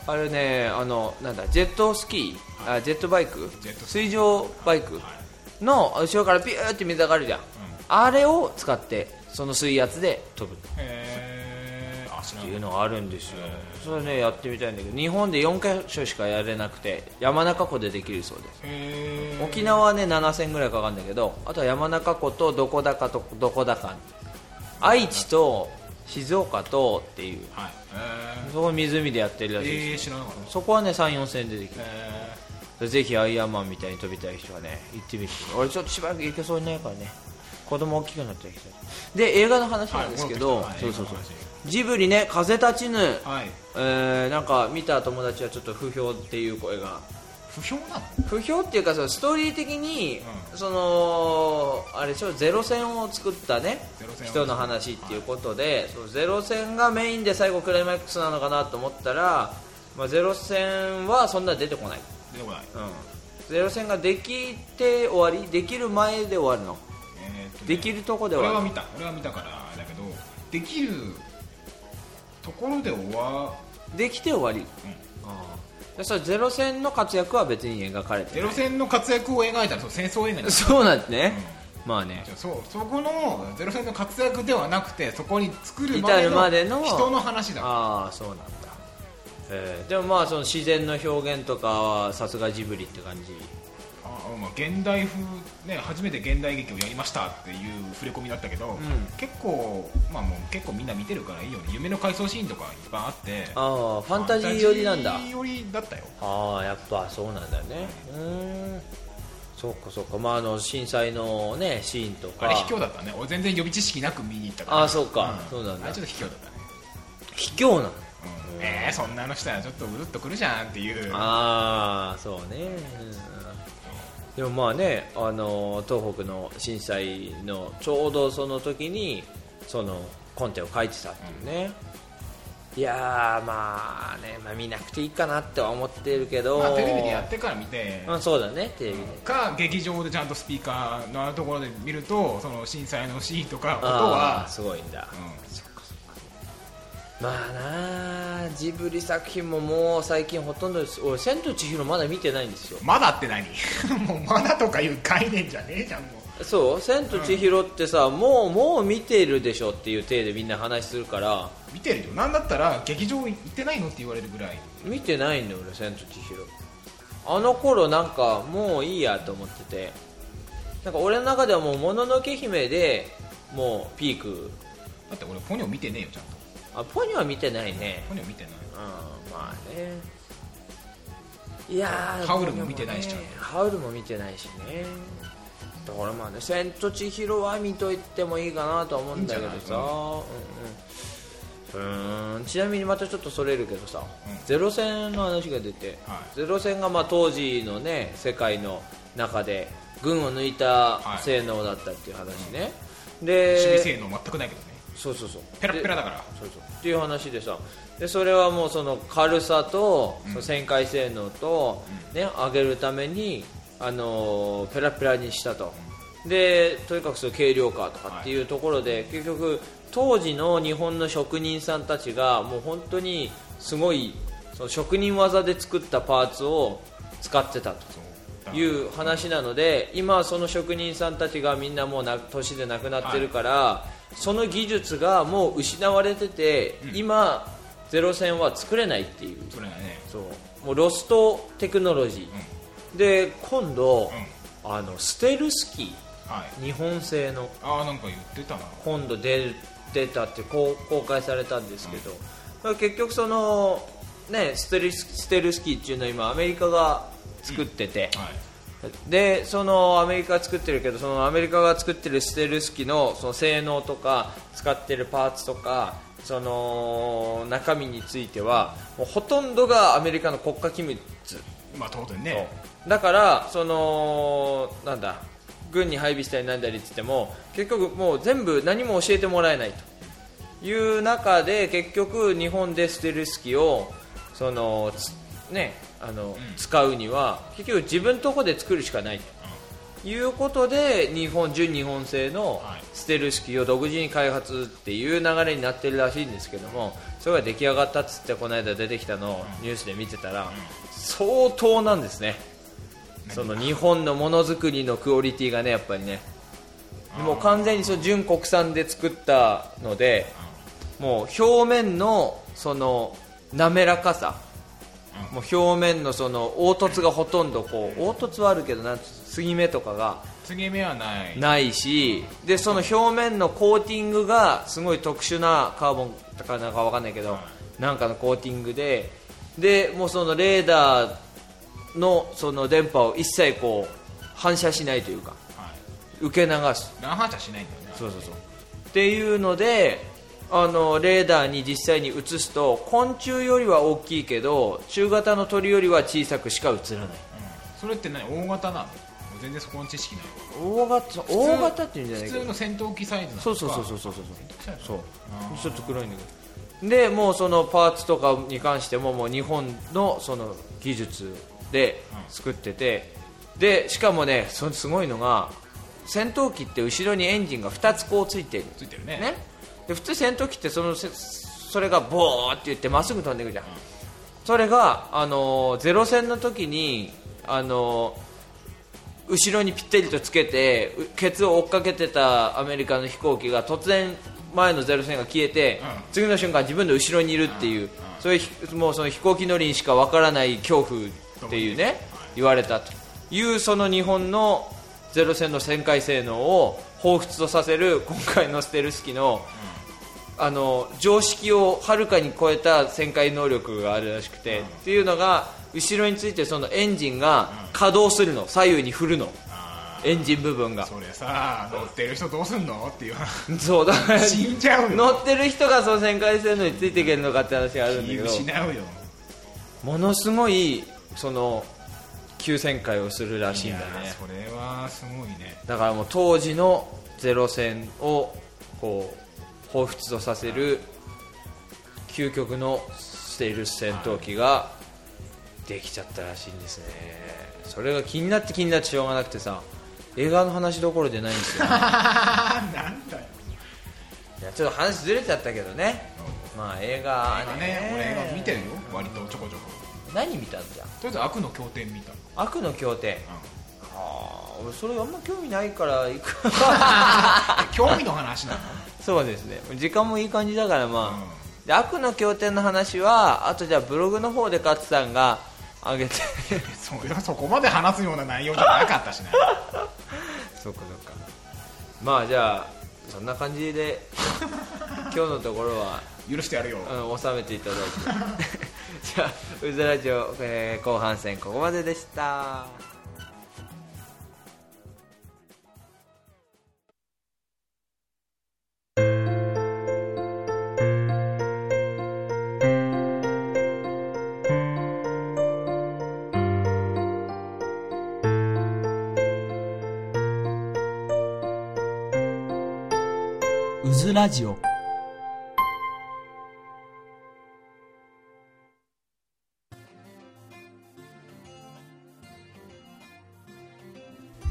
A: あれねあのなんだジェットスキーあジェットバイク
B: ジェットス
A: 水上バイクの後ろからピューって水が上がるじゃん、あれを使ってその水圧で飛ぶっ
B: ーえーあ知ら
A: て
B: ん
A: いうのがあるんですよそれねやってみたいんだけど日本で4か所しかやれなくて山中湖でできるそうです
B: えー
A: 沖縄はね7000ぐらいかかるんだけどあとは山中湖とどこだかとどこだか愛知と静岡とっていう
B: はい
A: そこ湖でやってるら
B: え
A: しいです
B: ー、えー、知らなかった
A: そこはね34000でできる
B: え
A: ぜひアイアンマンみたいに飛びたい人はね行ってみて俺ちょっとしばらく行けそうにないからね子供大きくなってきたで映画の話
B: ー、は
A: ないんですけど、
B: 戻って
A: そう
B: きた
A: そう
B: はい
A: そう
B: 映
A: ジブリね「風立ちぬ」
B: 画の話はい
A: えー、なんか見た友達はちょっと不評っていう声が
B: 不評なの
A: 不評っていうかそのストーリー的に、
B: う
A: そのあれでしょゼロ戦を作ったね
B: ゼロ戦を
A: 人の話っていうことで、そのゼロ戦がメインで最後クライマックスなのかなと思ったら、まあ、ゼロ戦はそんな出てこない
B: 出てこない
A: うん、ゼロ戦ができて終わりできる前で終わるの
B: えーっとね
A: できるとこで終
B: 俺は
A: わる
B: 見た俺は見たからだけどできるところで終わ
A: できて終わり、
B: うん
A: ああでそれゼロ戦の活躍は別に描かれて
B: ゼ
A: る
B: ロ戦の活躍を描いたらそう戦争映画にな る
A: そうなんですね、まあね
B: じゃあそうそこのゼロ戦の活躍ではなくてそこに作る
A: 至るまでの
B: 人の話だ
A: ああそうなんだ、えーでもまあその自然の表現とかはさすがジブリって感じ
B: あまあ現代風ね初めて現代劇をやりましたっていう触れ込みだったけど、
A: ん
B: 結構まあもう結構みんな見てるからいいよね夢の回想シーンとかいっぱいあって
A: ああファンタジー寄りなんだ
B: ファンタジー寄りだったよ
A: ああやっぱそうなんだよねうーんそっかそっかまああの震災のねシーンとか
B: あれ卑怯だったね俺全然予備知識なく見に行ったから
A: ああそうか、そうなん
B: あ
A: だ
B: れちょっと卑怯だったね、
A: 卑怯なの
B: うんえー、そんなのしたらちょっとうるっとくるじゃんっていう
A: ああそうね、うん、でもまあねあの東北の震災のちょうどその時にそのコンテを書いてたっていうね、いやーまあね、まあ、見なくていいかなっては思ってるけど、
B: まあ、テレビでやってから見て
A: うんそうだねテレビで、
B: か劇場でちゃんとスピーカーのあのところで見るとその震災のシーンとか音
A: あー
B: は、
A: すごいんだ
B: うん
A: まあなあジブリ作品ももう最近ほとんどです俺「千と千尋」まだ見てないんですよ
B: まだって何 もうまだとかいう概念じゃねえじゃんも
A: そう「千と千尋」ってさ、もうもう見てるでしょっていう体でみんな話するから
B: う見てるよなんだったら劇場行ってないのって言われるぐらい
A: 見てないんだよ俺「千と千尋」あの頃なんかもういいやと思っててなんか俺の中ではもう「もののけ姫」でもうピーク
B: だって俺ポニョ見てねえよちゃんと
A: あポニョは見てないね
B: ポニョ見てない
A: うんまあねいやー
B: ハウルも見てないし
A: でもねハウルも見てないしねだからまあね「千と千尋」は見といてもいいかなとは思うんだけど
B: いいんじ
A: さ
B: ゃな
A: うんうんうんちなみにまたちょっとそれるけどさ、ゼロ戦の話が出て、
B: は
A: ゼロ戦がまあ当時のね世界の中で群を抜いた
B: い
A: 性能だったっていう話ね、
B: 守備
A: で
B: 性能全くないけどね
A: そうそうそう
B: ペラッペラ
A: で
B: だから
A: そうそうっていう話でさでそれはもうその軽さと、
B: うん
A: その旋回性能と、ね、上げるために、あのーペラペラにしたと、でとにかくその軽量化とかっていうところで、結局当時の日本の職人さんたちがもう本当にすごいその職人技で作ったパーツを使ってたと
B: そうだか
A: い
B: ら
A: う話なので今その職人さんたちがみんなもうな年で亡くなってるから、その技術がもう失われてて、
B: うん
A: 今ゼロ戦は作れないっていう
B: それだね
A: そうもうロストテクノロジー、で今度
B: う、ん
A: あのステルスキ
B: はい
A: ー日本製の
B: ああなんか言ってたな
A: 今度出出たってこう公開されたんですけど、まあ結局そのねステルスステルスキーっていうのは今アメリカが作ってて、
B: はい
A: でそのアメリカが作ってるけどそのアメリカが作ってるステルス機のその性能とか使ってるパーツとかその中身についてはもうほとんどがアメリカの国家機密
B: まあ当然ね
A: だからそのなんだ軍に配備したりなんだりって言っても結局もう全部何も教えてもらえないという中で結局日本でステルス機をそのつねあの、
B: ん
A: 使うには結局自分とこで作るしかないということで日本純日本製の
B: はい
A: ステルス機を独自に開発っていう流れになってるらしいんですけどもそれが出来上がったっつってこの間出てきたのをニュースで見てたら相当なんですね。その日本のものづくりのクオリティがねやっぱりねもう完全にその純国産で作ったのでもう表面のその滑らかさ
B: う
A: もう表面のその凹凸がほとんどこう凹凸はあるけどなんつう継ぎ目とかが
B: 継ぎ目はない
A: ないしでその表面のコーティングがすごい特殊なカーボンとかなんかわかんないけど、
B: は
A: なんかのコーティングででもうそのレーダーのその電波を一切こう反射しないというか
B: は
A: 受け流す
B: い乱反射しないんだよね
A: そうそうそうっていうのであのレーダーに実際に映すと昆虫よりは大きいけど中型の鳥よりは小さくしか映らない
B: うんそれって何大型なの全然そこの知識ないわ
A: 大型
B: 普通
A: 大型っていうんじゃないけ
B: 普通
A: ど
B: の戦闘機サイズなのか
A: そうそうそうそうそうそう
B: 戦闘機サイズ
A: そう
B: あー
A: ちょっと黒いんだけどでもうそのパーツとかに関してももう日本のその技術で作ってて、でしかもねそすごいのが戦闘機って後ろにエンジンが2つこうついてる
B: ついてるね
A: ねで普通戦闘機ってそのせそれがボーって言ってまっすぐ飛んでいくじゃん、それが、あのーゼロ戦の時に、あのー後ろにぴったりとつけてうケツを追っかけてたアメリカの飛行機が突然前のゼロ戦が消えて、
B: うん
A: 次の瞬間自分の後ろにいるっていう、
B: うんうん
A: そういうひもうその飛行機乗りにしかわからない恐怖っていうね、言われたというその日本のゼロ戦の旋回性能を彷彿とさせる今回のステルス機の、あの常識をはるかに超えた旋回能力があるらしくて、っていうのが後ろについてるそのエンジンが稼働するの左右に振るの
B: あ
A: エンジン部分が
B: ーそれさ乗ってる人どうすんのっていう
A: そうだから
B: 死んじゃうよ
A: 乗ってる人がその旋回性能についていけるのかって話があるんだけ
B: 気
A: ど
B: 失うよ
A: ものすごいその急旋回をするらし
B: い
A: いん
B: や
A: だよね
B: ーそれはすごいね
A: だからもう当時のゼロ戦をこう彷彿とさせる究極のステルス戦闘機ができちゃったらしいんですねそれが気になって気になってしょうがなくてさ映画の話どころじゃ ないんですよ
B: あーなんだよ
A: いやちょっと話ずれちゃったけどねまあ映画
B: 今
A: ね
B: ね俺映画見てるよ割とちょこちょこと
A: 何見たんじゃん
B: りあえず悪の経典見た
A: 悪の協定
B: う
A: ああ俺それあんま興味ないから行 く
B: んえ 興味の話なの
A: そうですね時間もいい感じだからまあ、
B: うん
A: で悪の経典の話はあとじゃあブログの方で勝さんが上げて
B: それはそこまで話すような内容じゃなかっ たしね
A: そうかそうかまあじゃあそんな感じで今日のところは、
B: 許してやるよ
A: うん、収めていただいてじゃあ「うずラジオ、えー後半戦ここまででした
C: ズラジオ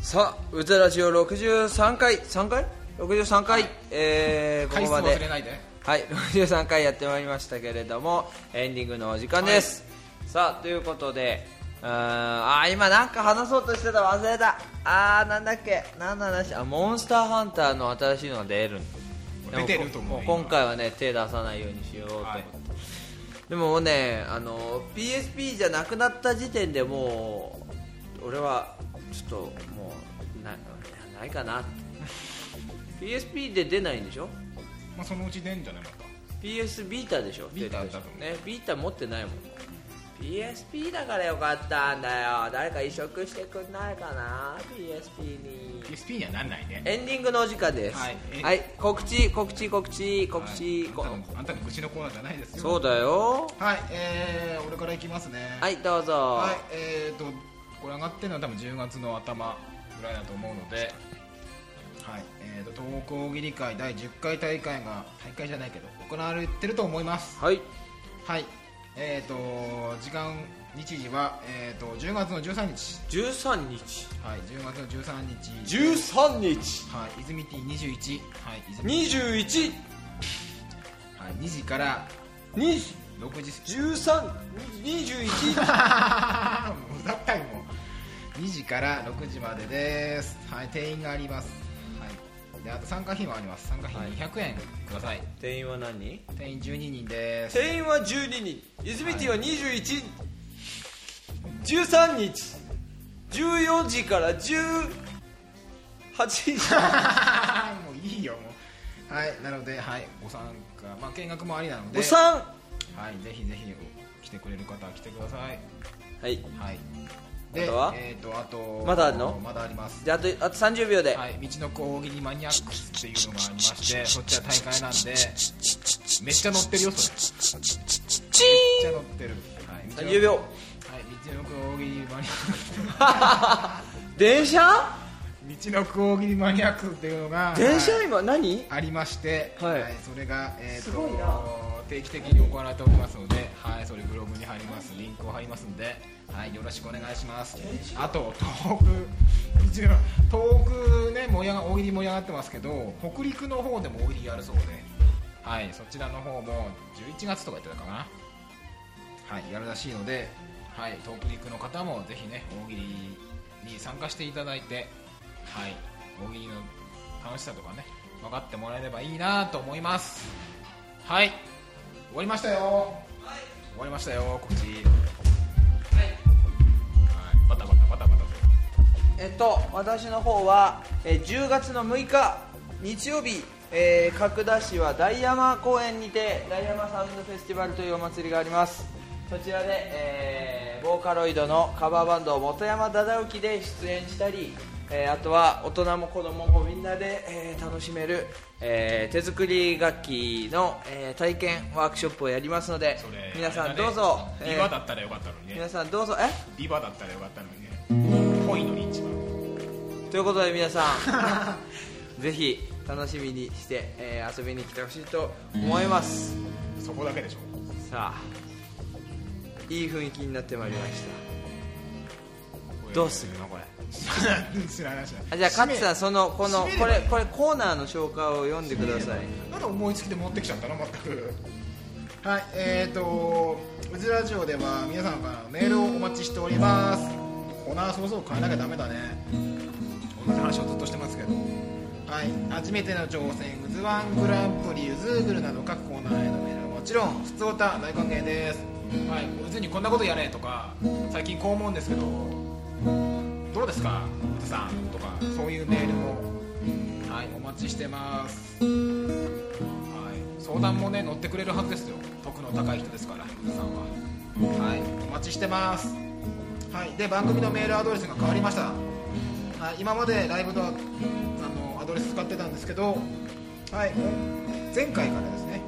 A: さあ、うずラジオ63回、3回 ?63 回、えー、こ
B: 回
A: こ
B: 数
A: ま
B: 忘れ
A: で。
B: ないで
A: はい、63回やってまいりましたけれども、エンディングのお時間です。さあ、ということで、うーんあー、今なんか話そうとしてた、忘れた。あー、なんだっけ、何の話あ、モンスターハンターの新しいのが出るんで
B: 出てると思う
A: も今回はね、手出さないようにしようと思って。
B: はい
A: でももうねあの PSP じゃなくなった時点でもう俺はちょっともうなないかなって PSP で出ないんでしょ
B: まあ、そのうち出んじゃないまた
A: PS ビータでしょ
B: ビータだったと思う
A: ねビータ持ってないもん PSP だからよかったんだよ誰か移植してくんないかな PSP に
B: PSP にはなんないね
A: エンディングのお時間です
B: はい
A: はい、告知告知告知告知、こ
B: はいあんたのあんたの愚痴のコーナーじゃないですよ
A: そうだよ
B: はいえー、俺からいきますね
A: はいどうぞ、
B: はい、えー、とこれ上がってるのは多分10月の頭ぐらいだと思うので、はいえー、と東北大喜利会第10回大会が大会じゃないけど行われてると思います
A: はい
B: はいえー、と時間日時は、えー、と10月の13日
A: 13日
B: はい10月の13日
A: 13日
B: はい泉 T21 はい泉
A: 21
B: はい2時から
A: 2
B: 6時
A: 13 21
B: もうざったいもう2時から6時までですはい定員がありますはいであと参加費もあります参加費200円ください、
A: 定員は何
B: 定員12人 です
A: 定員は12人泉ティは21、13日14時から18時
B: もういいよもうはいなのではいご参加まあ見学もありなので
A: おさ
B: はいぜひぜひ来てくれる方は来てください
A: んはい
B: はい
A: あとは
B: えっ、とあと
A: まだあるの
B: まだあります
A: じゃああとあと30秒で、
B: はい、道の子大喜利マニアックスっていうのがありましてそっちは大会なんでめっちゃ乗ってるよそれめっちゃ乗ってる、はい、道の
A: 30秒
B: はい道の子大喜利マニ
A: 電車
B: アック道の子大喜利マニアックスっていうのが
A: 電車
B: はい
A: 今何
B: ありまして、
A: はい
B: それが、えー、
A: す
B: と
A: ごいな
B: 定期的に行われておりますので、はい、それブログに貼りますリンクを貼りますんで、はい、よろしくお願いしますあと東北違う東北ね盛り上が大喜利盛り上がってますけど北陸の方でも大喜利やるそうで、はい、そちらの方も11月とか言ってたかなはい、やるらしいので、はい、トークリックの方もぜひね大喜利に参加していただいて、はい、大喜利の楽しさとかね分かってもらえればいいなと思いますはい終わりましたよ、終わりましたよ告知はい、バタバタバタバタと
A: えっと、私の方は、えー10月の6日日曜日、えー角田市は大山公園にて大山サウンドフェスティバルというお祭りがありますそちらで、えーボーカロイドのカバーバンド元山忠之で出演したり、えーあとは大人も子供もみんなで、えー楽しめる、えー手作り楽器の、えー体験ワークショップをやりますので
B: それ
A: 皆さ
B: あ
A: ん
B: れ
A: ど
B: だね
A: うぞ、
B: ビ
A: え
B: バ
A: ー
B: だったらよかったのにね
A: 皆さんどうぞえ
B: ビバだったらよかったのにねぽいのに一番
A: ということで皆さん ぜひ楽しみにして、えー遊びに来てほしいと思います
B: そこだけでしょ
A: さあいい雰囲気になってまいりましたどうす るのこれ
B: 知らな い 知らない知らない
A: あじゃあ勝さんそのこの
B: 締め
A: こ
B: ればい
A: れ
B: い
A: これコーナーの紹介を読んでください
B: なんで思いつきで持ってきちゃったの全くはいえーとうずラジオでは皆さんからのメールをお待ちしておりますコーナーそろそろ変えなきゃダメだね同じ話をずっとしてますけどはい初めての挑戦うずワングランプリうずーぐるなど各コーナーへのメールはもちろん普通おた大歓迎ですはいうずにこんなことやれとか最近こう思うんですけどどうですかうずさんとかそういうメールもはいお待ちしてますはい、相談もね乗ってくれるはずですよ得の高い人ですから福田さんははいお待ちしてますはいで番組のメールアドレスが変わりました、はい、今までライブのあのアドレス使ってたんですけどはい前回からですね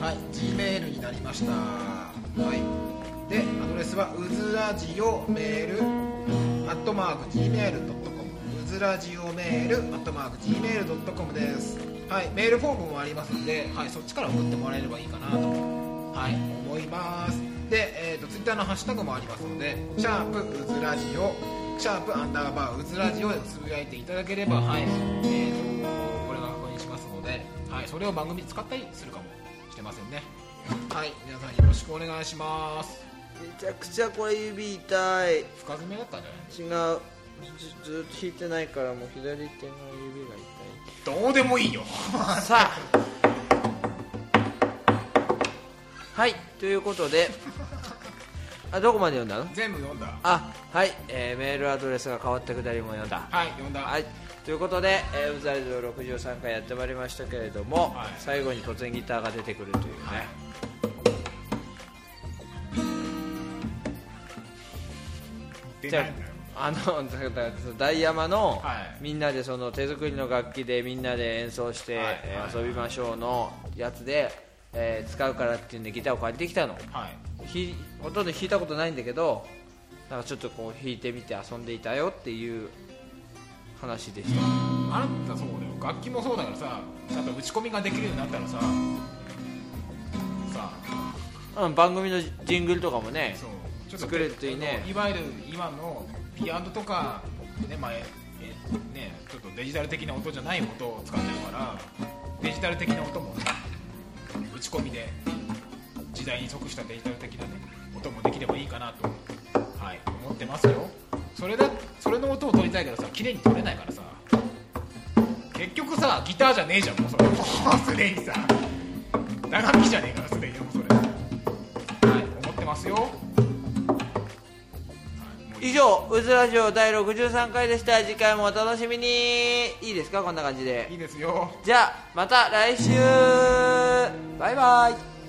B: はい G メールになりましたはいでアドレスはうずらじオメールアットマーク Gmail.com うずらじおメールアットマーク Gmail.com ですはいメールフォームもありますので、はい、そっちから送ってもらえればいいかなと、はい、思いますで、えー、とツイッターのハッシュタグもありますので「シャープうずらじお」シャープアンダーバーうずらじおでつぶやいていただければはいえー、とこれが確認しますので、はい、それを番組に使ったりするかもしれませんね はい皆さんよろしくお願いします
A: めちゃくちゃこれ指痛い違う
B: 深爪だったんじゃない
A: ずずっと引いてないからもう左手の指が痛
B: どうでもいいよ
A: いさあはいということであどこまで読んだの
B: 全部読んだ
A: あはい、えーメールアドレスが変わったくだりも読んだ
B: はい読んだ
A: はいということで「えーウザレド63回やってまいりましたけれども、
B: はい
A: 最後に突然ギターが出てくるというね、
B: はい出
A: じ
B: な
A: ゃ
B: いんだよ
A: ああのだからその ダイヤマの、
B: はい
A: みんなでその手作りの楽器でみんなで演奏して、
B: はい
A: えー
B: はい
A: 遊びましょうのやつで、えー使うからっていうんでギターを借りてきたの
B: はい
A: ひほとんど弾いたことないんだけどなんかちょっとこう弾いてみて遊んでいたよっていう話でした
B: あんたそうだよ楽器もそうだからさちゃんと打ち込みができるようになったらささ
A: うん、番組のジングルとかもね
B: そう
A: 作れるといいね
B: あのいわゆる今のピアノとかねまあええねちょっとデジタル的な音じゃない音を使ってるからデジタル的な音も打ち込みで時代に即したデジタル的な、ね、音もできればいいかなとはい思ってますよそれだそれの音を取りたいけどさ綺麗に取れないからさ結局さギターじゃねえじゃんもうそれもうすでにさ打楽器じゃねえからすでにもうそれはい思ってますよ
A: 以上「うずラジオ第63回」でした次回もお楽しみにいいですかこんな感じで
B: いいですよ。
A: じゃあまた来週バイバイ